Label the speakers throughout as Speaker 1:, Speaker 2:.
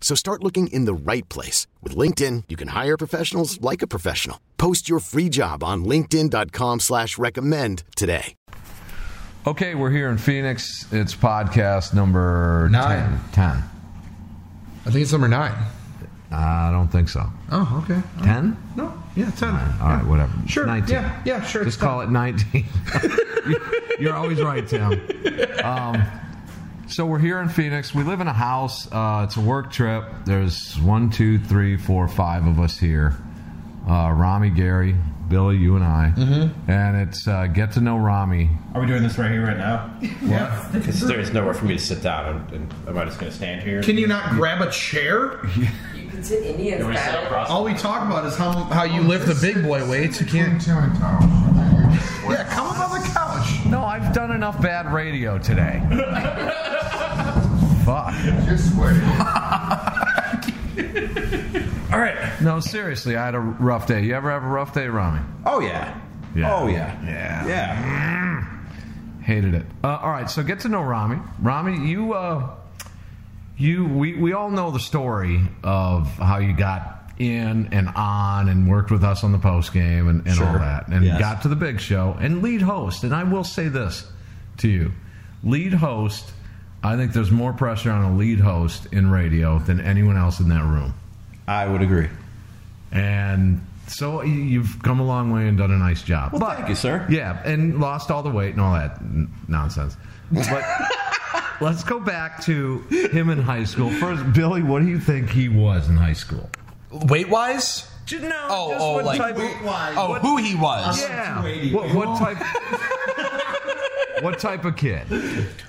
Speaker 1: So start looking in the right place. With LinkedIn, you can hire professionals like a professional. Post your free job on linkedin.com slash recommend today.
Speaker 2: Okay, we're here in Phoenix. It's podcast number
Speaker 3: Nine.
Speaker 2: 10. 10.
Speaker 3: I think it's number nine.
Speaker 2: I don't think so.
Speaker 3: Oh, okay.
Speaker 2: 10?
Speaker 3: No, yeah, ten.
Speaker 2: All right, whatever.
Speaker 3: Sure.
Speaker 2: 19.
Speaker 3: Yeah, yeah, sure.
Speaker 2: Just
Speaker 3: it's 10.
Speaker 2: call it 19. You're always right, Tim. Um, so we're here in Phoenix. We live in a house. Uh, it's a work trip. There's one, two, three, four, five of us here. Uh, Rami, Gary, Billy, you and I.
Speaker 3: Mm-hmm.
Speaker 2: And it's uh, get to know Rami.
Speaker 4: Are we doing this right here, right now? Yeah. Because there's nowhere for me to sit down, and, and am I just going to stand here?
Speaker 3: Can you not grab a chair?
Speaker 5: You can sit Indians
Speaker 4: Can we sit
Speaker 5: style.
Speaker 4: across?
Speaker 3: All we talk about is how how you lift the big boy weights. You can't. Yeah, come up on the couch.
Speaker 2: No, I've done enough bad radio today. Fuck.
Speaker 6: Just wait.
Speaker 4: All right.
Speaker 2: No, seriously, I had a rough day. You ever have a rough day, Rami?
Speaker 4: Oh yeah.
Speaker 2: Yeah.
Speaker 4: Oh yeah.
Speaker 2: Yeah.
Speaker 4: Yeah.
Speaker 2: Hated it. Uh, all right, so get to know Rami. Rami, you, uh, you, we, we all know the story of how you got in and on and worked with us on the post game and, and all
Speaker 4: Sure.
Speaker 2: that, and
Speaker 4: Yes.
Speaker 2: got to the big show and lead host. And I will say this to you, lead host. I think there's more pressure on a lead host in radio than anyone else in that room.
Speaker 4: I would agree.
Speaker 2: and so y- you've come a long way and done a nice job.
Speaker 4: Well, thank you, sir.
Speaker 2: Yeah, and lost all the weight and all that n- nonsense. But let's go back to him in high school first. Billy, what do you think he was in high school?
Speaker 7: Weight wise?
Speaker 2: J- No,
Speaker 7: Oh,
Speaker 2: just
Speaker 7: oh,
Speaker 2: what
Speaker 7: like-
Speaker 2: type of-
Speaker 7: Oh, who he was?
Speaker 2: yeah. What, what type? what type of kid?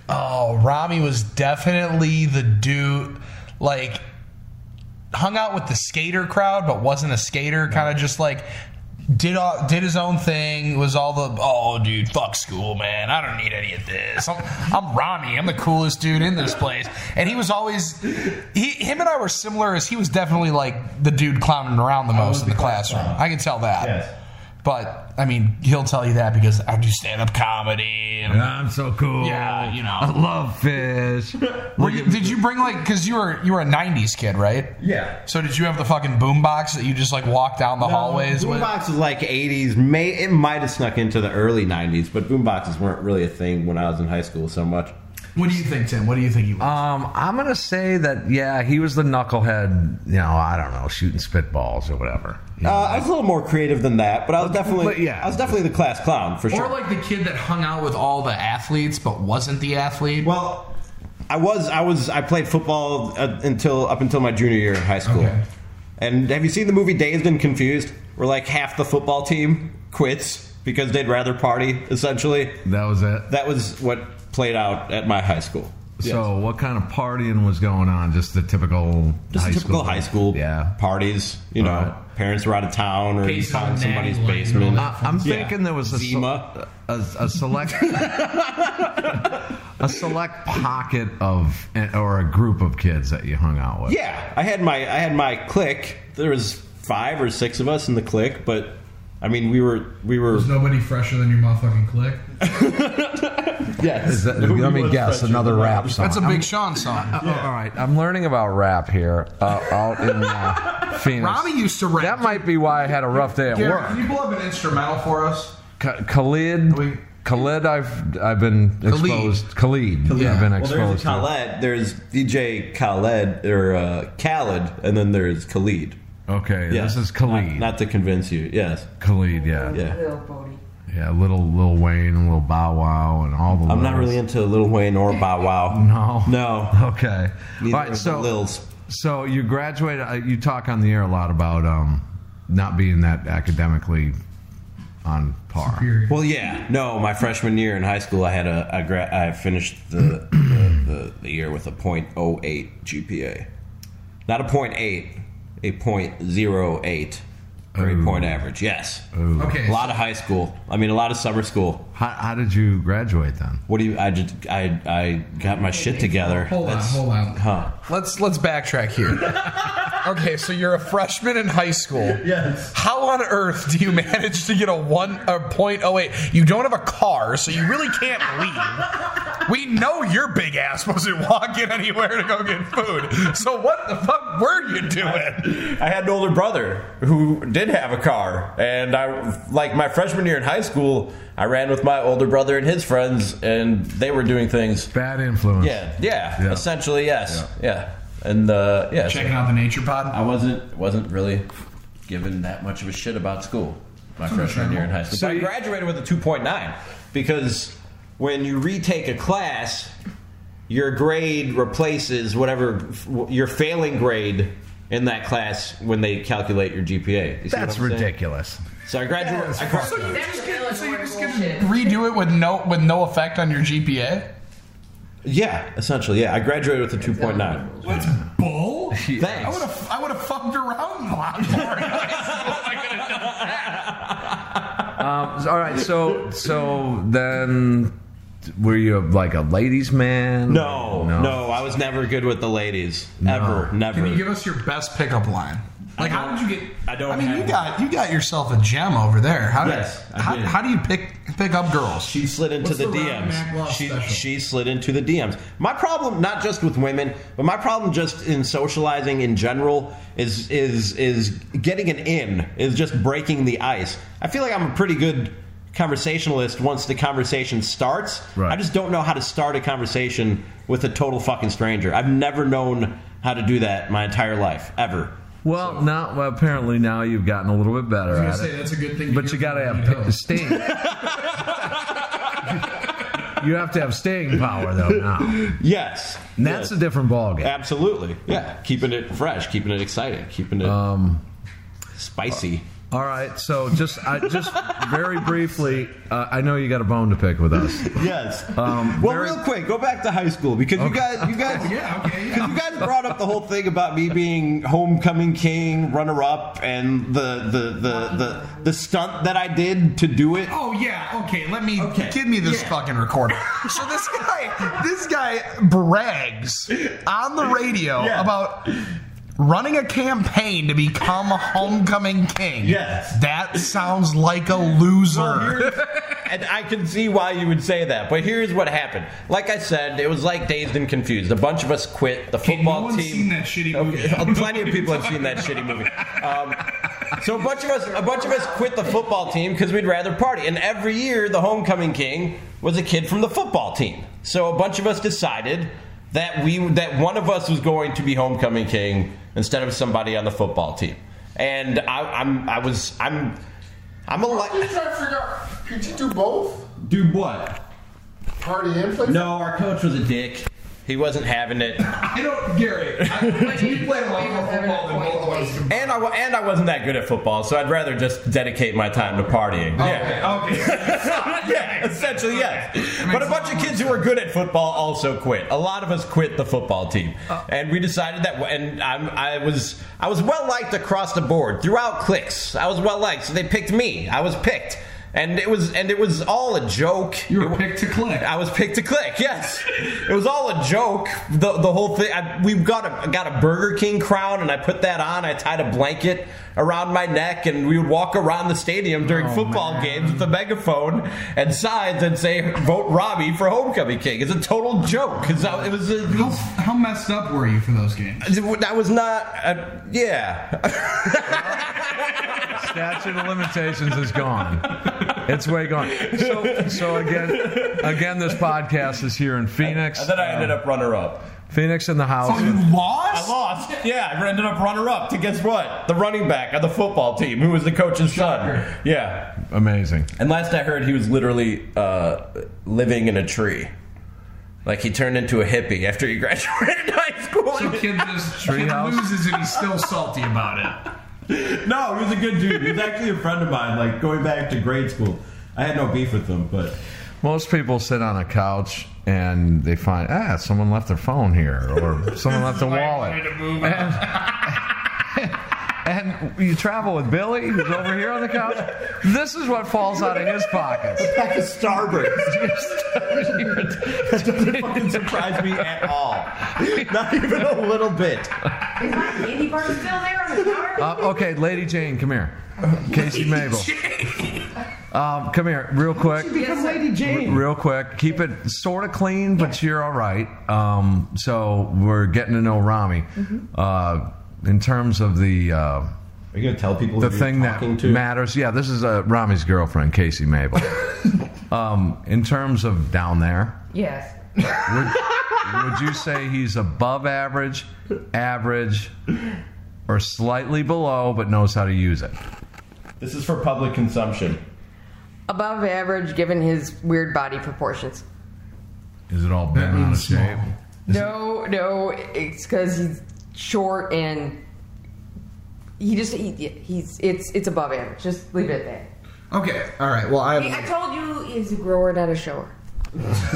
Speaker 7: Oh, Rami was definitely the dude, like, hung out with the skater crowd, but wasn't a skater. Kind of just like did all, did his own thing. Was all the oh, dude, fuck school, man. I don't need any of this. I'm, I'm Rami. I'm the coolest dude in this place. And he was always he him and I were similar. As he was definitely like the dude clowning around the most in the classroom. I can tell that.
Speaker 4: Yes.
Speaker 7: But I mean, he'll tell you that because I do stand up comedy and I'm
Speaker 2: I'm so cool.
Speaker 7: Yeah, you know.
Speaker 2: I love fish.
Speaker 7: Were you, did you bring like because you were you were a '90s kid, right?
Speaker 4: Yeah.
Speaker 7: So did you have the fucking boombox that you just like walk down the hallways with?
Speaker 4: Boombox was like '80s. May it might have snuck into the early '90s, but boomboxes weren't really a thing when I was in high school so much.
Speaker 7: What do you think, Tim? What do you think you?
Speaker 2: Um, I'm gonna say that yeah, he was the knucklehead. You know, I don't know, shooting spitballs or whatever.
Speaker 4: Uh, I was a little more creative than that, but I was definitely,
Speaker 2: but yeah.
Speaker 4: I was definitely the class clown for sure.
Speaker 7: or like the kid that hung out with all the athletes but wasn't the athlete?
Speaker 4: Well, I was I was I played football uh, until up until my junior year in high school.
Speaker 7: Okay.
Speaker 4: And have you seen the movie Dazed and Confused? Where like half the football team quits because they'd rather party. Essentially,
Speaker 2: That was it.
Speaker 4: that was what played out at my high school.
Speaker 2: So, what kind of partying was going on? Just the typical,
Speaker 4: Just
Speaker 2: high
Speaker 4: typical
Speaker 2: school.
Speaker 4: high school
Speaker 2: Yeah.
Speaker 4: parties. You know,
Speaker 2: Alright.
Speaker 4: parents were out of town or you
Speaker 7: Based
Speaker 4: found
Speaker 7: on
Speaker 4: somebody's
Speaker 7: Natty Lane,
Speaker 4: basement.
Speaker 7: all
Speaker 2: I- Uh, I'm
Speaker 4: Yeah.
Speaker 2: thinking there was a, se-
Speaker 4: Zima.
Speaker 2: a, a select a select pocket of or a group of kids that you hung out with.
Speaker 4: Yeah, I had my I had my clique. There was five or six of us in the clique, but I mean we were we were
Speaker 3: Nobody fresher than your motherfucking click.
Speaker 4: yes.
Speaker 2: Is that, let me guess. Another rap song.
Speaker 7: That's a Big Sean song.
Speaker 2: Oh, all right, I'm learning about rap here uh, out in uh, Phoenix.
Speaker 7: Robbie used to rap.
Speaker 2: That might be why I had a rough day at work.
Speaker 3: you pull up an instrumental for us?
Speaker 2: K- Khalid,
Speaker 3: We-
Speaker 2: Khalid, I've I've been exposed. Khalid, I've been
Speaker 4: Well, there's
Speaker 2: exposed. to.
Speaker 4: Khaled. There's DJ Khaled or uh, Khaled, and then there's Khalid.
Speaker 2: Okay,
Speaker 4: Yes.
Speaker 2: this is Khalid.
Speaker 4: Not, not to convince you. Yes.
Speaker 2: Khalid, yeah. yeah,
Speaker 4: Yeah.
Speaker 5: Little Bodie.
Speaker 2: Little Lil Wayne and Little Bow Wow and all the.
Speaker 4: I'm not
Speaker 2: littles.
Speaker 4: really into Lil Wayne or Bow Wow.
Speaker 2: No.
Speaker 4: No.
Speaker 2: Okay. All
Speaker 4: Neither
Speaker 2: right.
Speaker 4: is the
Speaker 2: So
Speaker 4: Lils.
Speaker 2: so you graduate. Uh, you talk on the air a lot about um not being that academically on par.
Speaker 4: Well, yeah. No, my freshman year in high school, I had a I, gra- I finished the, the, the the year with a .08 GPA, not a .8, a .08. grade point average. Yes,
Speaker 3: Okay.
Speaker 4: a lot of high school. I mean, a lot of summer school.
Speaker 2: How, how did you graduate then?
Speaker 4: What do you? I just I I got my shit together.
Speaker 3: Hold on,
Speaker 4: That's-
Speaker 3: hold on.
Speaker 4: Huh.
Speaker 7: Let's let's backtrack here. okay, so you're a freshman in high school.
Speaker 3: Yes.
Speaker 7: How on earth do you manage to get a one a point oh eight? You don't have a car, so you really can't leave. We know your big ass wasn't walking anywhere to go get food. So what the fuck were you doing?
Speaker 5: I had an older brother who did have a car, and I like my freshman year in high school, I ran with my older brother and his friends, and they were doing things.
Speaker 2: Bad influence.
Speaker 5: Yeah, yeah,
Speaker 2: Yeah.
Speaker 5: essentially, yes, yeah, and uh, yeah, so
Speaker 7: Checking out the nature pod.
Speaker 5: I wasn't wasn't really given that much of a shit about school my freshman year in high school.
Speaker 2: So
Speaker 5: So I
Speaker 2: you-
Speaker 5: graduated with a two point nine
Speaker 4: because when you retake a class, your grade replaces whatever f- your failing grade in that class when they calculate your GPA. You see
Speaker 2: That's
Speaker 4: what I'm saying?
Speaker 2: ridiculous.
Speaker 4: So I graduated. I gra-
Speaker 7: So you just get, so you just get
Speaker 6: Bullshit.
Speaker 7: redo it with no with no effect on your GPA.
Speaker 4: yeah, essentially, yeah. I graduated with a 2.9.
Speaker 7: That's bull. I
Speaker 4: Thanks.
Speaker 7: would have I would have fucked around a lot more.
Speaker 2: Um, all right, so so then were you like a ladies' man?
Speaker 4: No, no, I was never good with the ladies. Ever, never.
Speaker 7: Can you give us your best pickup line? Like, how did you get?
Speaker 4: I don't
Speaker 7: I mean,
Speaker 4: have
Speaker 7: you
Speaker 4: one.
Speaker 7: got you got yourself a gem over there. How
Speaker 4: Yes,
Speaker 7: did,
Speaker 4: I
Speaker 7: how,
Speaker 4: did.
Speaker 7: how do you pick pick up girls?
Speaker 4: She slid into
Speaker 3: What's
Speaker 4: the,
Speaker 3: the Ryan
Speaker 4: DMs.
Speaker 3: Mackloff
Speaker 4: She,
Speaker 3: special?
Speaker 4: she slid into the DMs. My problem, not just with women, but my problem just in socializing in general is is is getting an in is just breaking the ice. I feel like I'm a pretty good conversationalist once the conversation starts.
Speaker 2: Right.
Speaker 4: I just don't know how to start a conversation with a total fucking stranger. I've never known how to do that my entire life ever.
Speaker 2: Well, now well, apparently now you've gotten a little bit better
Speaker 3: I
Speaker 2: at
Speaker 3: was gonna
Speaker 2: it.
Speaker 3: say that's a good thing.
Speaker 2: but you got to have p- staying. you have to have staying power though. Now And
Speaker 4: Yes.
Speaker 2: that's a different ballgame.
Speaker 4: Absolutely. Yeah. Keeping it fresh, keeping it exciting, keeping it
Speaker 3: Um,
Speaker 4: spicy.
Speaker 2: All right, so just I, just very briefly, uh, I know you got a bone to pick with us.
Speaker 4: Uh, Yes.
Speaker 2: Um,
Speaker 4: well,
Speaker 2: very-
Speaker 4: real quick, go back to high school because you guys, you guys,
Speaker 3: Yeah, okay, yeah.
Speaker 4: 'cause you guys brought up the whole thing about me being homecoming king, runner up, and the the the the, the stunt that I did to do it.
Speaker 7: Oh yeah, okay. Let me
Speaker 4: Okay.
Speaker 7: give me this fucking recorder. So this guy, this guy brags on the radio about running a campaign to become a homecoming king.
Speaker 4: Yes.
Speaker 7: that sounds like a loser.
Speaker 3: Oh,
Speaker 4: and I can see why you would say that, but here's what happened. Like I said, it was like dazed and confused. A bunch of us quit. The
Speaker 3: Hey,
Speaker 4: football
Speaker 3: no one's
Speaker 4: team.
Speaker 3: seen that shitty movie.
Speaker 4: Okay, Plenty of people have seen that shitty movie. Um, so a bunch of us, a bunch of us quit the football team because we'd rather party. And every year, the homecoming king was a kid from the football team. So a bunch of us decided that we that one of us was going to be homecoming king instead of somebody on the football team. And I, I'm, I was, I'm, I'm a
Speaker 6: You
Speaker 4: li-
Speaker 6: trying to figure out? Could you do both?
Speaker 4: do what?
Speaker 6: Party and play?
Speaker 4: No, our coach was a dick. He wasn't having it.
Speaker 3: I don't, Gary. I, you play a lot more football than both of us.
Speaker 4: And I, wa- and I wasn't that good at football, so I'd rather just dedicate my time to partying. Yeah.
Speaker 3: Okay. okay.
Speaker 4: yeah, essentially, yes. But a bunch of kids who were good at football also quit. A lot of us quit the football team,
Speaker 3: Uh.
Speaker 4: and we decided that. And I'm, I was, I was well liked across the board throughout clicks. I was well liked, so they picked me. I was picked, and it was, and it was all a joke.
Speaker 3: You were picked to click.
Speaker 4: I was picked to click. Yes, it was all a joke. The the whole thing. I, we got a got a Burger King crown, and I put that on. I tied a blanket around my neck, and we would walk around the stadium during football games with a megaphone and signs and say "Vote Robbie for Homecoming King." It's a total joke because it was. A,
Speaker 3: How, how messed up were you for those games?
Speaker 4: that was not. Uh, yeah,
Speaker 2: Statute of limitations is gone. It's way gone. So, so again, again, this podcast is here in Phoenix. Uh,
Speaker 4: and then I ended up runner up.
Speaker 2: Phoenix in the house.
Speaker 7: Oh, you lost.
Speaker 4: I lost. Yeah, I ended up runner up to guess what? The running back on the football team, who was the coach's son. Yeah.
Speaker 2: Amazing.
Speaker 4: And last I heard, he was literally uh, living in a tree. Like he turned into a hippie after he graduated high school.
Speaker 3: So kid just kid
Speaker 2: Treehouse.
Speaker 3: loses and he's still salty about it.
Speaker 4: no, he was a good dude. He was actually a friend of mine. Like going back to grade school, I had no beef with him, but
Speaker 2: Most people sit on a couch and they find, ah, someone left their phone here or someone left a wallet.
Speaker 3: to move
Speaker 2: And, and you travel with Billy, who's over here on the couch. This is what falls out of his pockets.
Speaker 4: Pack of Starburst. that doesn't fucking surprise me at all. Not even a little bit.
Speaker 8: Is my candy bar still there on the counter?
Speaker 2: Uh, okay, Lady Jane, come here. Casey Mabel. Um, come here, real quick.
Speaker 8: Yes, sir.
Speaker 2: Real quick. Keep it sort of clean, but you're all right. Um, so we're getting to know Rami. Uh, in terms of the uh,
Speaker 4: Are you going to tell people
Speaker 2: the
Speaker 4: who
Speaker 2: thing
Speaker 4: you're
Speaker 2: that
Speaker 4: talking to?
Speaker 2: matters, yeah, this is uh, Rami's girlfriend, Casey Mabel. um, in terms of down there,
Speaker 8: Yes.
Speaker 2: would, would you say he's above average, average, or slightly below, but knows how to use it?
Speaker 4: This is for public consumption.
Speaker 8: Above average given his weird body proportions.
Speaker 2: Is it all bent out of shape?
Speaker 8: No, no, it's because he's short and he just he, he's it's it's above average. Just leave it at that.
Speaker 3: Okay, all right. Well, I
Speaker 8: I
Speaker 3: have.
Speaker 8: told you he's a grower, not a shower.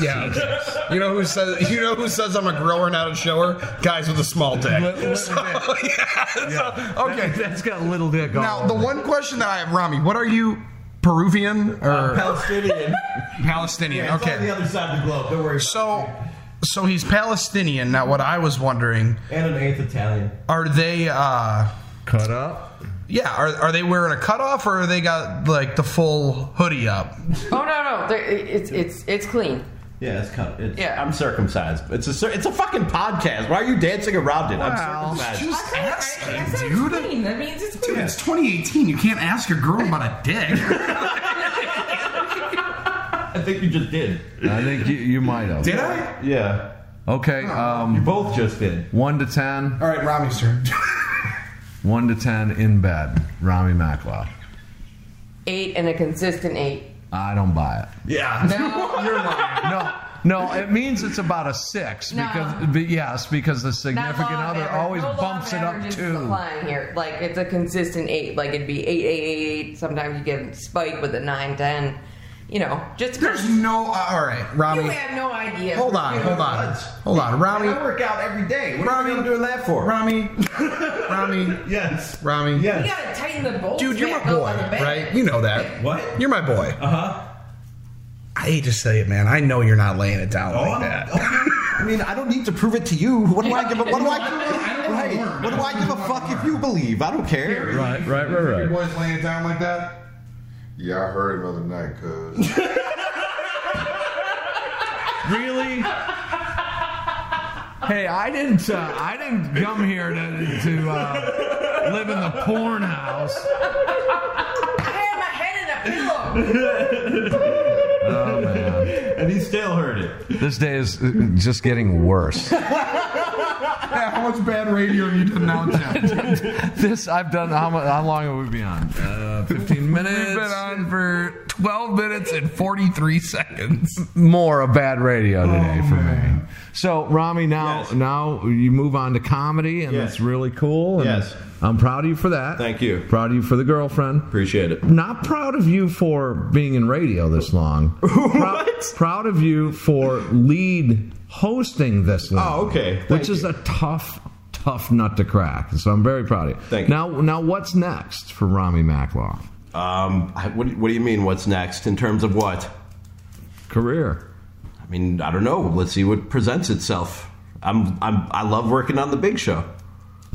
Speaker 3: Yeah. you know who says? You know who says I'm a grower, not a shower? Guys with a small dick. So, yeah, so- okay.
Speaker 2: That's got little dick on.
Speaker 3: Now, the one question that I have, Rami, what are you, Peruvian or
Speaker 4: Palestinian.
Speaker 3: Palestinian?
Speaker 4: It's on the
Speaker 3: okay.
Speaker 4: other side of the globe. Don't worry. about
Speaker 3: So, so he's Palestinian. Now, what I was wondering,
Speaker 4: it. and an eighth Italian.
Speaker 3: are they, uh,
Speaker 2: cut up.
Speaker 3: yeah, are, are they wearing a cutoff or are they got like the full hoodie up?
Speaker 8: Oh no, no, there- it's it's it's clean.
Speaker 4: Yeah, it's kind of, it's,
Speaker 8: Yeah.
Speaker 4: I'm circumcised. It's a cir- it's a fucking podcast. Why are you dancing around it?
Speaker 2: Wow.
Speaker 4: I'm circumcised.
Speaker 3: Just ask
Speaker 8: I
Speaker 3: him,
Speaker 8: said it's
Speaker 3: dude.
Speaker 8: clean. That means it's
Speaker 3: Dude,
Speaker 8: clean.
Speaker 3: it's 2018. You can't ask your girl about a dick.
Speaker 4: I think you just did.
Speaker 2: I think you, you might have.
Speaker 3: Did I?
Speaker 4: Yeah,
Speaker 2: Okay, um,
Speaker 4: both just did.
Speaker 2: one to ten.
Speaker 3: All right, Rami's turn.
Speaker 2: One to ten in bed. Rami Maklow.
Speaker 8: Eight and a consistent eight.
Speaker 2: I don't buy it.
Speaker 3: Yeah.
Speaker 8: No,
Speaker 2: No, no. It means it's about a six
Speaker 8: No.
Speaker 2: because be- yes, because the
Speaker 8: not
Speaker 2: significant
Speaker 8: law of
Speaker 2: other
Speaker 8: average.
Speaker 2: always
Speaker 8: No law
Speaker 2: bumps
Speaker 8: of
Speaker 2: it up
Speaker 8: average is
Speaker 2: two.
Speaker 8: Applying here, like it's a consistent eight. Like it'd be eight, eight, eight, eight. Sometimes you get a spike with a nine, ten. You know, just
Speaker 3: There's no. Uh, all right,
Speaker 8: you
Speaker 3: Rami.
Speaker 8: have no idea.
Speaker 3: Hold on, hold on, hold on,
Speaker 4: I
Speaker 3: Rami.
Speaker 4: work out every day. What
Speaker 3: Rami-
Speaker 4: are you doing that for?
Speaker 3: Rami. Rami.
Speaker 4: Yes.
Speaker 3: Rami.
Speaker 8: You
Speaker 4: Yes.
Speaker 8: gotta tighten the bolts.
Speaker 3: Dude, you're my
Speaker 8: back up
Speaker 3: boy,
Speaker 8: on the back.
Speaker 3: right? You know that.
Speaker 4: What?
Speaker 3: You're my boy.
Speaker 4: Uh huh.
Speaker 3: I hate to say it, man. I know you're not laying it down like that.
Speaker 4: Oh, I mean, I don't need to prove it to you. What do I give a what do I, right. what do I give a fuck if you believe? I don't care.
Speaker 2: Right, right, right, right.
Speaker 6: boys laying it down like that? Yeah, I heard him the other night, cuz.
Speaker 2: Really? Hey, I didn't. Uh, I didn't come here to, to uh, live in the porn house.
Speaker 8: I had my head in a pillow.
Speaker 2: Oh man.
Speaker 4: And he still heard it.
Speaker 2: This day is uh, just getting worse.
Speaker 3: How much bad radio have you done now, Jeff?
Speaker 2: This I've done. How, mu- how long have we been on? Uh, Fifteen minutes.
Speaker 9: We've been on for 12 minutes and 43 seconds.
Speaker 2: More of bad radio today for me. Oh, So Rami, now
Speaker 4: Yes.
Speaker 2: now you move on to comedy, and
Speaker 4: Yes.
Speaker 2: that's really cool. And
Speaker 4: Yes.
Speaker 2: I'm proud of you for that.
Speaker 4: Thank you.
Speaker 2: Proud of you for the girlfriend.
Speaker 4: Appreciate it.
Speaker 2: Not proud of you for being in radio this long.
Speaker 4: What?
Speaker 2: Proud of you for lead hosting this long.
Speaker 4: Oh, okay.
Speaker 2: Which
Speaker 4: Thank
Speaker 2: is
Speaker 4: you.
Speaker 2: a tough, tough nut to crack. So I'm very proud of you.
Speaker 4: Thank you.
Speaker 2: now, now what's next for Rami Makloff?
Speaker 4: Um, I, what, do- what do you mean? What's next in terms of what?
Speaker 2: Career.
Speaker 4: I mean, I don't know. Let's see what presents itself. I'm, I'm, I love working on the Big Show.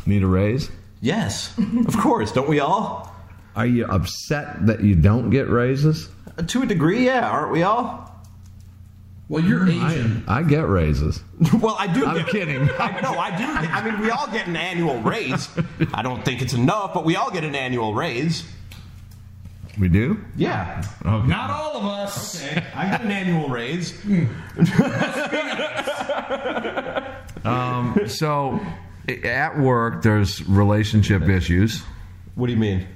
Speaker 2: Need a raise?
Speaker 4: Yes, of course. Don't we all?
Speaker 2: Are you upset that you don't get raises?
Speaker 4: Uh, To a degree, yeah, aren't we all?
Speaker 3: Well, you're Asian.
Speaker 2: I get raises.
Speaker 4: well, I do.
Speaker 2: I'm
Speaker 4: get-
Speaker 2: kidding.
Speaker 4: I, no, I do. get- I mean, we all get an annual raise. I don't think it's enough, but we all get an annual raise.
Speaker 2: We do?
Speaker 4: Yeah,
Speaker 3: Not all of us.
Speaker 4: I get an annual raise.
Speaker 2: So i- at work, there's relationship issues
Speaker 4: What do you mean?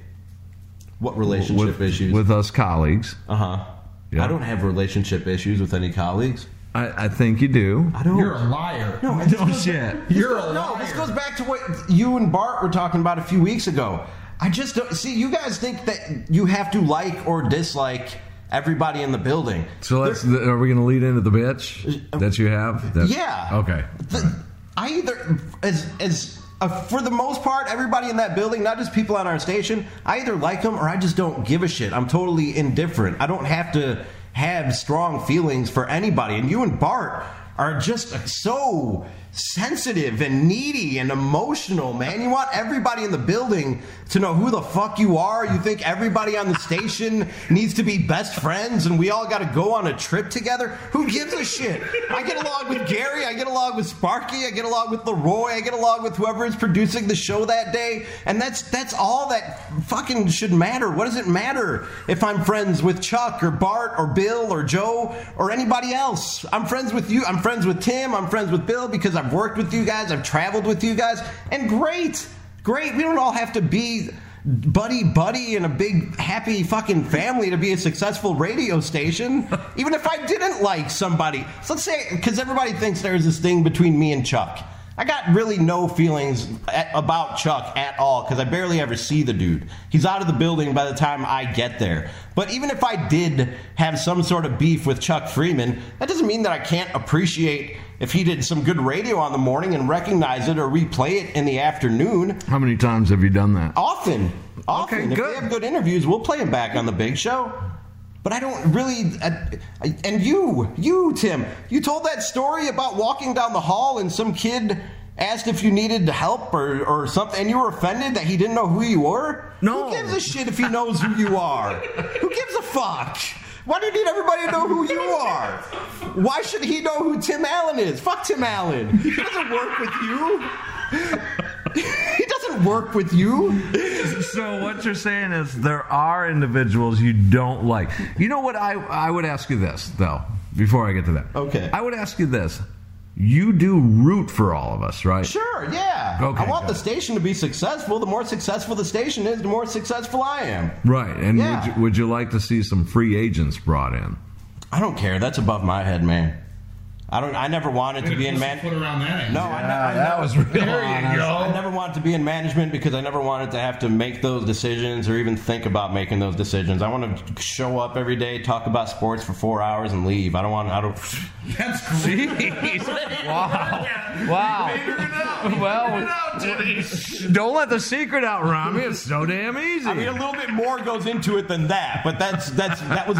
Speaker 4: What relationship
Speaker 2: with,
Speaker 4: issues?
Speaker 2: with us colleagues.
Speaker 4: uh huh.
Speaker 2: Yeah.
Speaker 4: I don't have relationship issues with any colleagues.
Speaker 2: I, I think you do. Oh,
Speaker 4: I don't.
Speaker 3: You're a liar.
Speaker 4: no, this goes-
Speaker 2: shit.
Speaker 3: You're a
Speaker 4: No, this
Speaker 3: liar.
Speaker 4: goes back to what you and Bart were talking about a few weeks ago. I just don't see you guys think that you have to like or dislike everybody in the building.
Speaker 2: So let's. th are we going to lead into the Uh, bitch that you have? That-
Speaker 4: Yeah.
Speaker 2: Okay.
Speaker 4: The- I either as as uh, for the most part, everybody in that building, not just people on our station, I either like them or I just don't give a shit. I'm totally indifferent. I don't have to have strong feelings for anybody. And you and Bart are just so sensitive and needy and emotional, man. You want everybody in the building to know who the fuck you are. You think everybody on the station needs to be best friends and we all got to go on a trip together? Who gives a shit? I get along with Gary, I get along with Sparky, I get along with Leroy, I get along with whoever is producing the show that day, and that's that's all that fucking should matter. What does it matter if I'm friends with Chuck or Bart or Bill or Joe or anybody else? I'm friends with you. I'm friends with Tim. I'm friends with Bill because I've worked with you guys. I've traveled with you guys. And great, great. We don't all have to be buddy buddy in a big happy fucking family to be a successful radio station even if i didn't like somebody so let's say because everybody thinks there's this thing between me and chuck i got really no feelings at, about chuck at all because i barely ever see the dude he's out of the building by the time i get there but even if i did have some sort of beef with chuck freeman that doesn't mean that i can't appreciate if he did some good radio on the morning and recognize it or replay it in the afternoon
Speaker 2: How many times have you done that?
Speaker 4: Often, often. if
Speaker 2: good.
Speaker 4: they have good interviews, we'll play them back on the big show. But I don't really. I, I- and you, you, Tim, you told that story about walking down the hall and some kid asked if you needed help or, or something, and you were offended that he didn't know who you were.
Speaker 2: No.
Speaker 4: Who gives a shit if he knows who you are? who gives a fuck? Why do you need everybody to know who you are? Why should he know who Tim Allen is? Fuck Tim Allen. He doesn't work with you. he doesn't work with you.
Speaker 2: Oh, So what you're saying is there are individuals you don't like. You know what I I would ask you this though before I get to that.
Speaker 4: Okay.
Speaker 2: I would ask you this. You do root for all of us, right?
Speaker 4: Sure, yeah.
Speaker 2: Okay,
Speaker 4: I want
Speaker 2: good.
Speaker 4: the station to be successful. The more successful the station is, the more successful I am.
Speaker 2: Right. And
Speaker 4: Yeah.
Speaker 2: would, you, would you like to see some free agents brought in?
Speaker 4: I don't care. That's above my head, man. I don't. I never wanted to be in man.
Speaker 10: Put around that.
Speaker 4: No, I, ne-
Speaker 2: Ah,
Speaker 4: I
Speaker 7: that
Speaker 4: never-
Speaker 7: was real
Speaker 10: There you
Speaker 7: honest.
Speaker 10: go.
Speaker 4: I never wanted to be in management because I never wanted to have to make those decisions or even think about making those decisions. I want to show up every day, talk about sports for four hours, and leave. I don't want. I don't.
Speaker 10: That's great. wow.
Speaker 2: Wow. well, don't let the secret out, Rami. It's so damn easy.
Speaker 4: I mean, a little bit more goes into it than that, but that's that's that was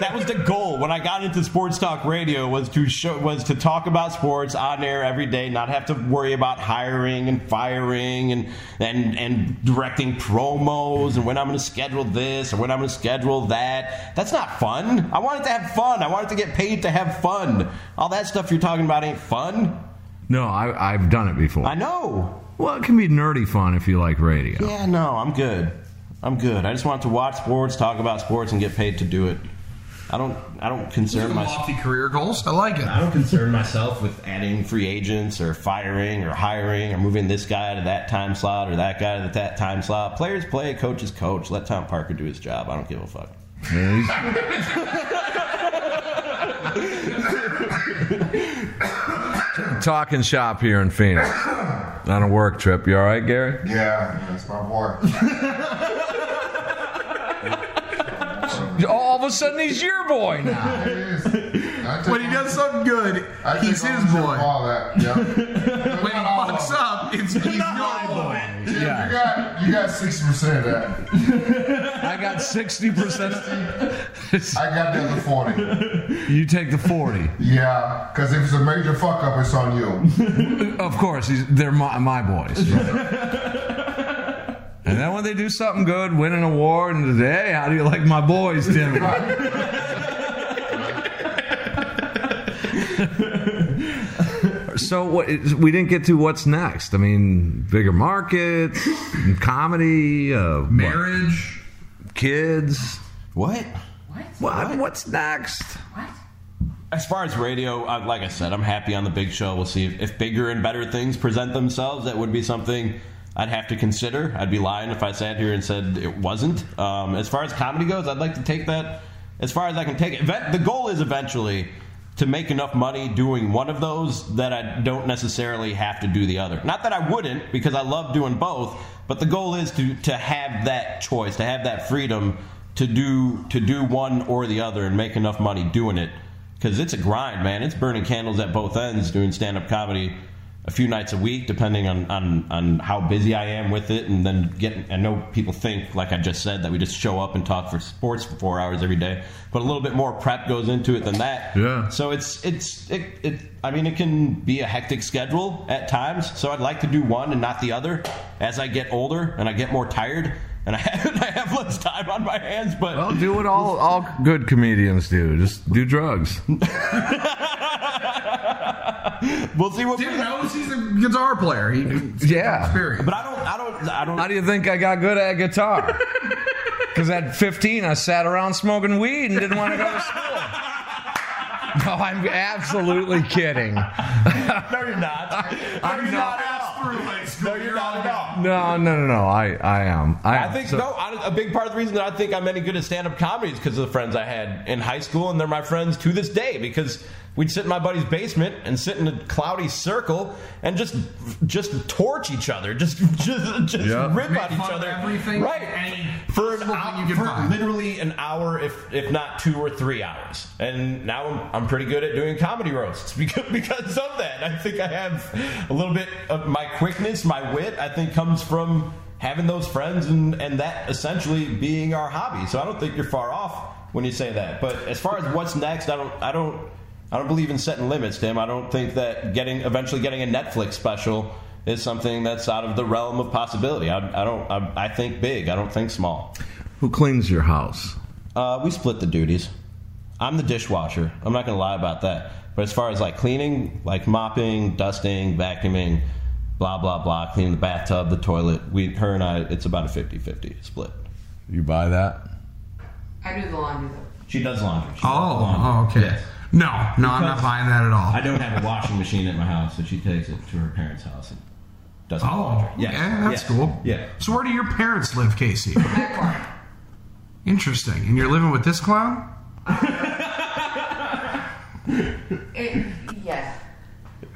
Speaker 4: that was the goal when I got into sports talk radio was to show was to talk about sports on air every day, not have to worry about hiring and firing and and and directing promos and when I'm going to schedule this or when I'm going to schedule that. That's not fun. I wanted to have fun. I wanted to get paid to have fun. All that stuff you're talking about ain't fun.
Speaker 2: no, I, I've done it before.
Speaker 4: I know.
Speaker 2: well, it can be nerdy fun if you like radio.
Speaker 4: Yeah, no, I'm good. I'm good. I just want to watch sports, talk about sports, and get paid to do it. I don't. I don't concern myself.
Speaker 3: Lofty career goals. I like it.
Speaker 4: I don't concern myself with adding free agents or firing or hiring or moving this guy to that time slot or that guy to that time slot. Players play, coaches coach. Let Tom Parker do his job. I don't give a fuck.
Speaker 2: Yeah, he's- Talking shop here in Phoenix on a work trip. You all right, Gary?
Speaker 6: Yeah, that's my boy.
Speaker 7: All of a sudden, he's your boy now.
Speaker 6: It is. I take
Speaker 3: When he
Speaker 6: on-
Speaker 3: does something good,
Speaker 6: I
Speaker 3: he's
Speaker 6: take
Speaker 3: his
Speaker 6: ownership of
Speaker 3: boy.
Speaker 6: All that. Yeah.
Speaker 3: When he fucks up, it's he's your boy.
Speaker 6: You got you got sixty percent of that.
Speaker 2: I got 60%.
Speaker 6: I got the other forty.
Speaker 2: You take the 40.
Speaker 6: Yeah, because if it's a major fuck up, it's on you.
Speaker 2: Of course, he's, they're my, my boys. And then when they do something good, win an award, and hey, how do you like my boys, Timmy? so what? is- We didn't get to what's next. I mean, bigger markets, comedy, uh, what,
Speaker 3: Marriage.
Speaker 2: kids.
Speaker 4: What?
Speaker 2: What, what's next?
Speaker 4: As far as radio, I, like I said, I'm happy on the big show. We'll see if, if bigger and better things present themselves. That would be something I'd have to consider. I'd be lying if I sat here and said it wasn't. Um, as far as comedy goes, I'd like to take that as far as I can take it. Event- The goal is eventually to make enough money doing one of those that I don't necessarily have to do the other. Not that I wouldn't, because I love doing both, but the goal is to, to have that choice, to have that freedom to do to do one or the other and make enough money doing it because it's a grind, man. It's burning candles at both ends doing stand up comedy. a few nights a week, depending on, on, on how busy I am with it. And then get, I know people think, like I just said, that we just show up and talk for sports for four hours every day, but a little bit more prep goes into it than that.
Speaker 2: Yeah.
Speaker 4: So it's, it's, it, it, I mean, it can be a hectic schedule at times. So I'd like to do one and not the other as I get older and I get more tired. And I have, I have less time on my hands, but
Speaker 2: Well, do what all all good comedians do. Just do drugs.
Speaker 4: we'll see what.
Speaker 3: Tim knows he's a guitar player. He, he's
Speaker 2: Yeah.
Speaker 3: experienced.
Speaker 4: But I don't, I don't, I don't.
Speaker 2: How do you think I got good at guitar? Because at 15, I sat around smoking weed and didn't want to go to school. No, I'm absolutely kidding.
Speaker 5: No, you're not. No,
Speaker 2: I'm not.
Speaker 5: you're not at all. No, you're not at all.
Speaker 2: No, no, no, no. I, I am. I,
Speaker 4: I
Speaker 2: am.
Speaker 4: think
Speaker 2: So-
Speaker 4: no. I, a big part of the reason that I think I'm any good at stand-up comedy is because of the friends I had in high school, and they're my friends to this day. Because we'd sit in my buddy's basement and sit in a cloudy circle and just just torch each other, just just just
Speaker 2: Yeah.
Speaker 4: rip
Speaker 3: Make
Speaker 4: on each
Speaker 3: fun of
Speaker 4: other,
Speaker 3: everything,
Speaker 4: right?
Speaker 3: any
Speaker 4: For an
Speaker 3: possible thing
Speaker 4: hour,
Speaker 3: you could
Speaker 4: for
Speaker 3: find.
Speaker 4: literally an hour, if if not two or three hours. And now I'm, I'm pretty good at doing comedy roasts because because of that. I think I have a little bit of my quickness, my wit. I think comes from having those friends and and that essentially being our hobby. So I don't think you're far off when you say that. But as far as what's next, I don't I don't I don't believe in setting limits, Tim. I don't think that getting eventually getting a Netflix special. Is something that's out of the realm of possibility. I, I don't. I, I think big. I don't think small.
Speaker 2: Who cleans your house?
Speaker 4: Uh, we split the duties. I'm the dishwasher. I'm not gonna lie about that. But as far as like cleaning, like mopping, dusting, vacuuming, blah blah blah, cleaning the bathtub, the toilet, we her and I, it's about a 50-50 split.
Speaker 2: You buy that?
Speaker 8: I do the laundry though.
Speaker 4: She does laundry. She does
Speaker 3: Oh,
Speaker 4: laundry.
Speaker 3: oh, okay.
Speaker 4: Yes.
Speaker 3: No, no, I'm not
Speaker 4: Because-
Speaker 3: buying that at all.
Speaker 4: I don't have a washing machine at my house, so she takes it to her parents' house and does my
Speaker 3: Oh,
Speaker 4: laundry.
Speaker 3: yeah,
Speaker 4: Yes.
Speaker 3: that's
Speaker 4: yes,
Speaker 3: cool.
Speaker 4: Yeah.
Speaker 3: So where do your parents live, Casey? Interesting. And you're living with this clown?
Speaker 8: It, yes.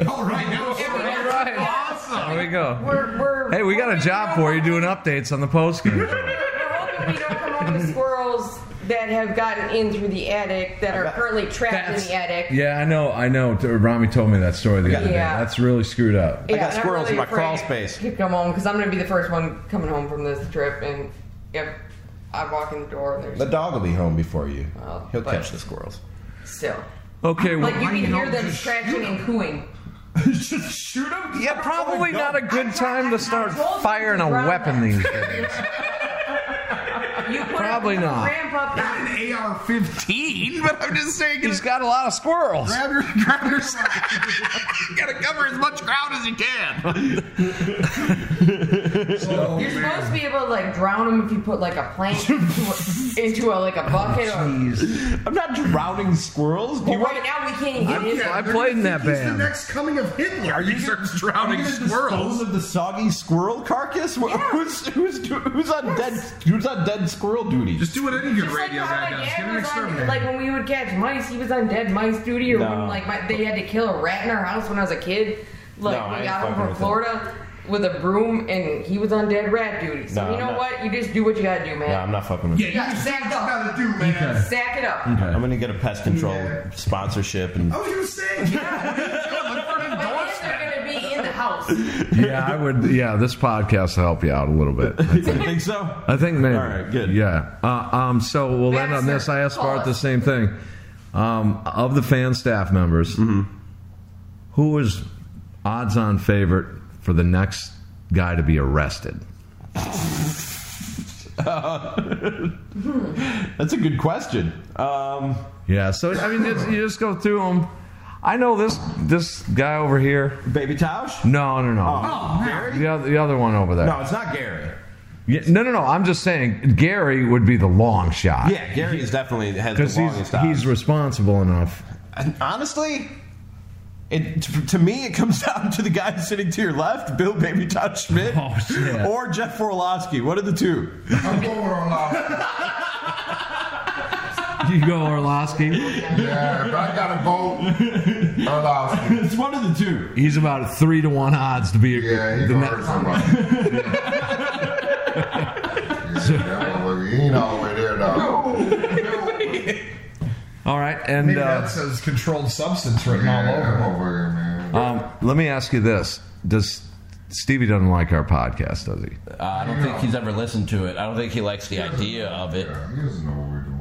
Speaker 3: Oh, right now.
Speaker 8: All
Speaker 2: right.
Speaker 8: Awesome.
Speaker 2: There we go.
Speaker 8: We're, we're,
Speaker 2: Hey, we got a
Speaker 8: hoping
Speaker 2: job
Speaker 8: don't
Speaker 2: for you
Speaker 8: come-
Speaker 2: doing updates on the post game.
Speaker 8: We're hoping we don't come up with squirrels that have gotten in through the attic that are currently trapped in
Speaker 2: That's-
Speaker 8: the attic.
Speaker 2: Yeah, I know, I know. Rami told me that story the other day.
Speaker 8: Yeah.
Speaker 2: That's really screwed up.
Speaker 8: Yeah,
Speaker 4: got
Speaker 8: and I'm
Speaker 4: squirrels in my
Speaker 8: afraid
Speaker 4: crawl space.
Speaker 8: To come home because I'm going to be the first one coming home from this trip, and yep, I walk in the door and there's
Speaker 4: The dog will be home before you.
Speaker 8: Well,
Speaker 4: He'll
Speaker 8: but-
Speaker 4: catch the squirrels.
Speaker 8: still.
Speaker 2: Okay, well,
Speaker 8: Like you
Speaker 3: why you
Speaker 8: can hear
Speaker 3: don't
Speaker 8: them
Speaker 3: just
Speaker 8: scratching and cooing.
Speaker 4: Just shoot him. Oh,
Speaker 2: yeah, probably not a good time to start
Speaker 8: told you
Speaker 2: firing
Speaker 8: to
Speaker 2: a
Speaker 8: run.
Speaker 2: weapon these days.
Speaker 8: You put
Speaker 2: Probably
Speaker 8: up with
Speaker 2: not.
Speaker 8: Grandpa,
Speaker 3: An AR-15, but I'm just saying.
Speaker 2: He's got a lot of squirrels.
Speaker 3: Grab your, grab your side. you gotta cover as much ground as you can.
Speaker 8: you're supposed to be able to like drown them if you put like a plank into, a, into a like a bucket. or,
Speaker 4: I'm not drowning squirrels. Do
Speaker 8: well,
Speaker 4: you want
Speaker 8: right now we can't even get in.
Speaker 2: I played in that
Speaker 3: He's the
Speaker 2: band.
Speaker 3: next coming of Hitler. Are you starts drowning
Speaker 4: Even
Speaker 3: squirrels?
Speaker 4: dispose of the soggy squirrel carcass? Wh- Who's who's who's on dead who's on dead squirrel duty?
Speaker 3: Just do what any good
Speaker 8: It's like
Speaker 3: radio
Speaker 8: how
Speaker 3: guy
Speaker 8: my
Speaker 3: does.
Speaker 8: dad
Speaker 3: Get an
Speaker 8: was on-
Speaker 3: exterminator.
Speaker 8: Like when we would catch mice, he was on dead mice duty, or
Speaker 4: No.
Speaker 8: when like my, they had to kill a rat in our house when I was a kid. Like
Speaker 4: No, I
Speaker 8: we
Speaker 4: ain't
Speaker 8: got
Speaker 4: fucking
Speaker 8: him from
Speaker 4: with
Speaker 8: Florida with a broom, and he was on dead rat duty. So
Speaker 4: No,
Speaker 8: you
Speaker 4: I'm
Speaker 8: know
Speaker 4: not-
Speaker 8: what? You just do what you gotta do, man.
Speaker 4: no, I'm not fucking with
Speaker 3: yeah,
Speaker 4: you.
Speaker 3: you
Speaker 8: Yeah,
Speaker 3: just
Speaker 8: sack
Speaker 3: sacked
Speaker 8: up.
Speaker 3: up. to do, man.
Speaker 8: Sack it up.
Speaker 4: I'm gonna get a pest control sponsorship and
Speaker 3: I was gonna say, yeah. Look for an
Speaker 8: But
Speaker 3: endorsement.
Speaker 8: then they're gonna be in the house.
Speaker 2: Yeah, I would. Yeah, this podcast will help you out a little bit. I think,
Speaker 4: I think so.
Speaker 2: I think maybe.
Speaker 4: All right, good.
Speaker 2: Yeah. Uh, um. So we'll end on this. I asked
Speaker 8: Call
Speaker 2: Bart the
Speaker 8: us.
Speaker 2: same thing. Um, of the fan staff members, who is odds-on favorite for the next guy to be arrested?
Speaker 4: That's a good question. Um,
Speaker 2: Yeah. So I mean, it's, you just go through them. I know this this guy over here.
Speaker 4: baby Tausch?
Speaker 2: No, no, no.
Speaker 4: Oh, Gary?
Speaker 2: The other, the other one over there.
Speaker 4: No, it's not Gary.
Speaker 2: Yeah, no, no, no. I'm just saying Gary would be the long shot.
Speaker 4: Yeah, Gary is definitely has
Speaker 2: Because
Speaker 4: the
Speaker 2: he's,
Speaker 4: longest odds.
Speaker 2: he's responsible enough.
Speaker 4: And honestly, it, t- to me, it comes down to the guy sitting to your left, Bill Baby Todd Schmidt,
Speaker 2: Oh, shit.
Speaker 4: or Jeff Orlowski. What are the two?
Speaker 6: I'm going on live.
Speaker 2: You go, Orlowski.
Speaker 6: Yeah, if I got a vote, I'm lost.
Speaker 4: It's one of the two.
Speaker 2: He's about a three to one odds to be
Speaker 6: Yeah, he
Speaker 2: the
Speaker 6: gonna
Speaker 2: ne-
Speaker 6: hurt somebody. yeah, well, he ain't all the way there, dog.
Speaker 2: All right, and
Speaker 3: Maybe
Speaker 2: uh,
Speaker 3: that says controlled substance written all
Speaker 6: Yeah,
Speaker 3: over.
Speaker 6: I'm over here, man.
Speaker 2: Um, let me ask you this: Does Stevie doesn't like our podcast? Does he?
Speaker 5: Uh, I don't think he's ever listened to it. I don't think he likes the idea of it.
Speaker 6: He doesn't know what we're doing.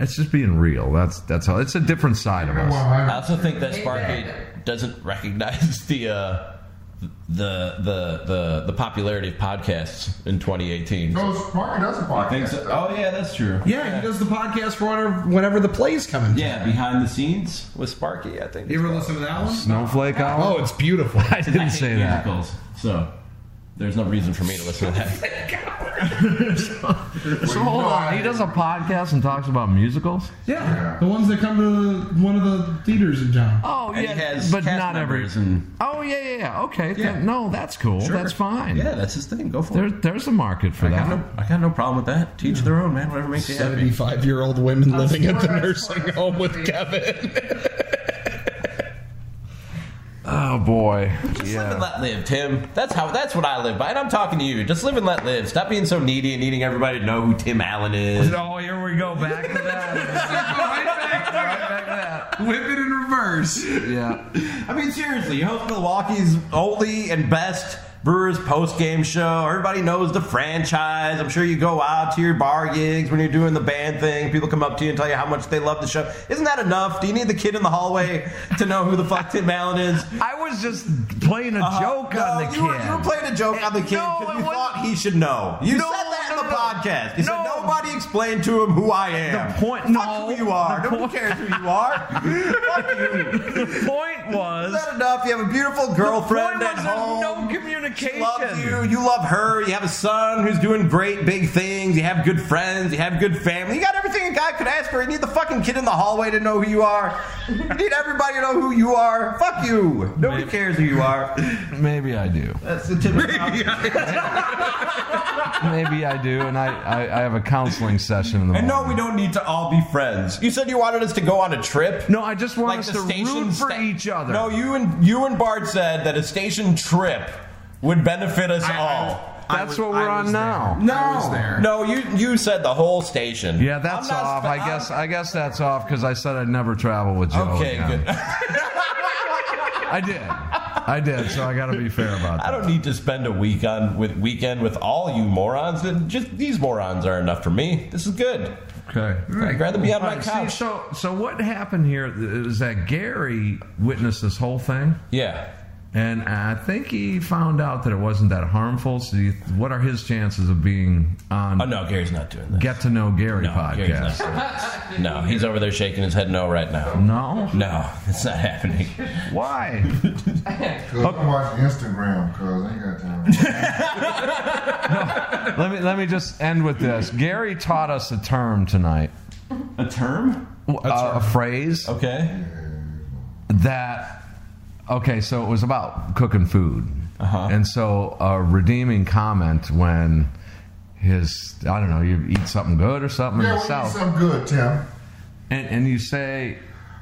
Speaker 2: It's just being real. That's that's all. It's a different side of us.
Speaker 5: I also think that Sparky doesn't recognize the uh, the, the the the popularity of podcasts in 2018.
Speaker 6: No, it's Parker does a podcast.
Speaker 5: Think so? Oh yeah, that's true.
Speaker 3: Yeah, he does the podcast for whenever, whenever the play's coming.
Speaker 5: Yeah, behind the scenes with Sparky, I think.
Speaker 3: You ever listen to that one?
Speaker 2: Snowflake hour.
Speaker 3: Oh, it's beautiful.
Speaker 2: I didn't
Speaker 5: I hate
Speaker 2: say that.
Speaker 5: musicals, so there's no reason for me to listen to that.
Speaker 2: So hold on. He does a podcast and talks about musicals.
Speaker 6: Yeah.
Speaker 4: The ones that come to one of the theaters in town.
Speaker 2: Oh
Speaker 5: And he has
Speaker 2: but
Speaker 5: cast
Speaker 2: not every.
Speaker 5: members and-
Speaker 2: Oh yeah, yeah, yeah. Okay. th- no, that's cool. That's fine.
Speaker 5: yeah, that's his thing. Go for
Speaker 2: There,
Speaker 5: it.
Speaker 2: there's a market for
Speaker 5: I got,
Speaker 2: that.
Speaker 5: no, I got no problem with that. Teach their own, man. Whatever makes you happy.
Speaker 3: Seventy-five-year-old women living at the
Speaker 6: swear, I
Speaker 3: nursing
Speaker 6: swear.
Speaker 3: home with Kevin.
Speaker 2: Oh boy.
Speaker 5: Live and
Speaker 2: Yeah.
Speaker 5: let live, Tim. That's how. That's what I live by, and I'm talking to you. Just live and let live. Stop being so needy and needing everybody to know who Tim Allen is.
Speaker 2: Oh, here we go back to that.
Speaker 4: Whip it in reverse.
Speaker 2: yeah.
Speaker 5: I mean, seriously, you host Milwaukee's only and best Brewers post game show. Everybody knows the franchise. I'm sure you go out to your bar gigs when you're doing the band thing. People come up to you and tell you how much they love the show. Isn't that enough? Do you need the kid in the hallway to know who the fuck Tim Allen is?
Speaker 2: I was just playing a joke
Speaker 5: Uh-huh. Uh, No,
Speaker 2: on the
Speaker 5: you
Speaker 2: kid.
Speaker 5: were- you were playing a joke on the kid
Speaker 2: No,
Speaker 5: because
Speaker 2: it
Speaker 5: you
Speaker 2: wasn't.
Speaker 5: thought he should know. You
Speaker 2: No,
Speaker 5: said that
Speaker 2: no,
Speaker 5: in the
Speaker 2: no.
Speaker 5: podcast. You said
Speaker 2: No.
Speaker 5: nobody explained to him who I am.
Speaker 2: The point-
Speaker 5: Fuck
Speaker 2: no,
Speaker 5: who you are.
Speaker 2: the
Speaker 5: Nobody
Speaker 2: point-
Speaker 5: cares who you are. Fuck you.
Speaker 2: the point
Speaker 5: Is
Speaker 2: was.
Speaker 5: that enough? You have a beautiful girlfriend
Speaker 2: the point
Speaker 5: at
Speaker 2: was
Speaker 5: home.
Speaker 2: There's no
Speaker 5: She
Speaker 2: communication.
Speaker 5: loves you. You love her. You have a son who's doing great big things. You have good friends. You have good family. You got everything a guy could ask for. You need the fucking kid in the hallway to know who you are. You need everybody to know who you are. Fuck you. Nobody cares who you are.
Speaker 2: Maybe I do.
Speaker 5: That's the tip.
Speaker 2: Maybe I do, and I, I, I have a counseling session in the
Speaker 5: And
Speaker 2: morning.
Speaker 5: no, we don't need to all be friends. You said you wanted us to go on a trip.
Speaker 2: No, I just want us to
Speaker 5: station
Speaker 2: root for
Speaker 5: sta-
Speaker 2: each other.
Speaker 5: No, you and you and Bart said that a station trip would benefit us all.
Speaker 2: Oh, that's what we're on now.
Speaker 5: No, no, you you said the whole station.
Speaker 2: Yeah, that's
Speaker 5: I'm not
Speaker 2: off.
Speaker 5: spe-
Speaker 2: I guess I guess that's off because I said I'd never travel with Joe.
Speaker 5: Okay,
Speaker 2: again.
Speaker 5: good.
Speaker 2: I did. I did. So I got to be fair about that.
Speaker 5: I don't need to spend a week on with weekend with all you morons. Just these morons are enough for me. This is good.
Speaker 2: Okay.
Speaker 5: I'd rather be on my
Speaker 2: Alright, see,
Speaker 5: couch.
Speaker 2: so so what happened here is that Gary witnessed this whole thing,
Speaker 5: Yeah.
Speaker 2: and I think he found out that it wasn't that harmful. So, you, what are his chances of being on
Speaker 5: Oh no, Gary's not doing that.
Speaker 2: Get to Know Gary
Speaker 5: No, Gary's
Speaker 2: podcast?
Speaker 5: not doing that. no, he's over there shaking his head no right now.
Speaker 2: No.
Speaker 5: No, it's not happening.
Speaker 2: Why?
Speaker 6: Cause I'm watching Instagram. Cause I ain't got time.
Speaker 2: let me let me just end with this. Gary taught us a term tonight,
Speaker 5: A term?
Speaker 2: uh, a phrase.
Speaker 5: Okay.
Speaker 2: that okay so it was about cooking food and so a redeeming comment when his i don't know you eat something good or something
Speaker 6: yeah,
Speaker 2: in
Speaker 6: we
Speaker 2: the
Speaker 6: need
Speaker 2: south
Speaker 6: something good, Tim.
Speaker 2: and, and you say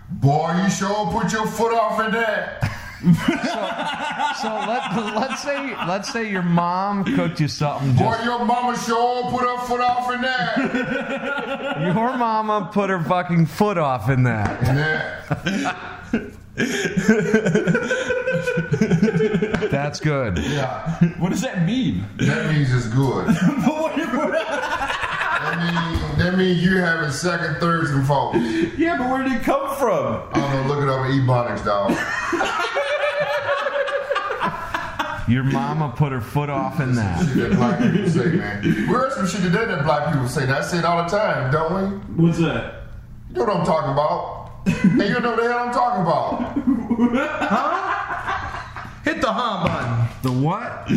Speaker 6: Boy, you sure put your foot off in that.
Speaker 2: so let, let's say let's say your mom cooked you something
Speaker 6: Boy,
Speaker 2: just,
Speaker 6: your mama sure put her foot off in that.
Speaker 2: your mama put her fucking foot off in that
Speaker 6: yeah.
Speaker 2: that's good
Speaker 6: yeah.
Speaker 5: What does that mean?
Speaker 6: That means it's good. that means that means you having second, thirds, and fourths.
Speaker 5: yeah, but where did it come from?
Speaker 6: I don't know. Look it up in Ebonics, dog.
Speaker 2: your mama put her foot off in that
Speaker 6: Shit that black people say, man. We heard some shit today that black people say. That shit all the time, don't we?
Speaker 4: What's that?
Speaker 6: You know what I'm talking about. And you know what the hell I'm talking about.
Speaker 3: Hit the hum button.
Speaker 2: the what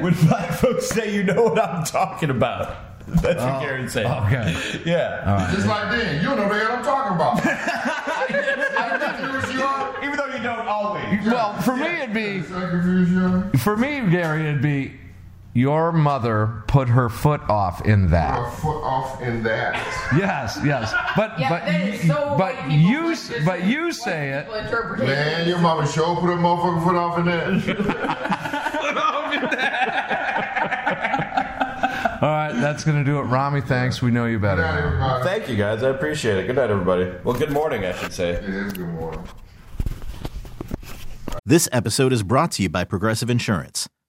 Speaker 5: When black folks say you know what I'm talking about. That's what Gary said.
Speaker 2: okay
Speaker 5: Yeah.
Speaker 6: Just like then. You know what the hell I'm talking about. I confused you are.
Speaker 5: Even though you don't always.
Speaker 2: well for me it'd be
Speaker 6: I confused you are.
Speaker 2: For me, Gary, it'd be your mother put her foot off in
Speaker 6: A
Speaker 2: that.
Speaker 6: foot off in that.
Speaker 2: Yes, yes. But
Speaker 8: Yeah,
Speaker 2: but
Speaker 8: that is so
Speaker 2: but
Speaker 8: white people,
Speaker 2: you
Speaker 8: like, just
Speaker 2: but you
Speaker 8: white
Speaker 2: say it.
Speaker 8: people interpretation.
Speaker 6: Man, your mama sure put her motherfucking foot off in that.
Speaker 2: All right, that's gonna do it. Rami, thanks. We know you
Speaker 6: Not
Speaker 2: better.
Speaker 6: everybody.
Speaker 5: Thank you guys. I appreciate it. Good night, everybody. Well, good morning, I should say.
Speaker 6: It is good morning.
Speaker 11: This episode is brought to you by Progressive Insurance.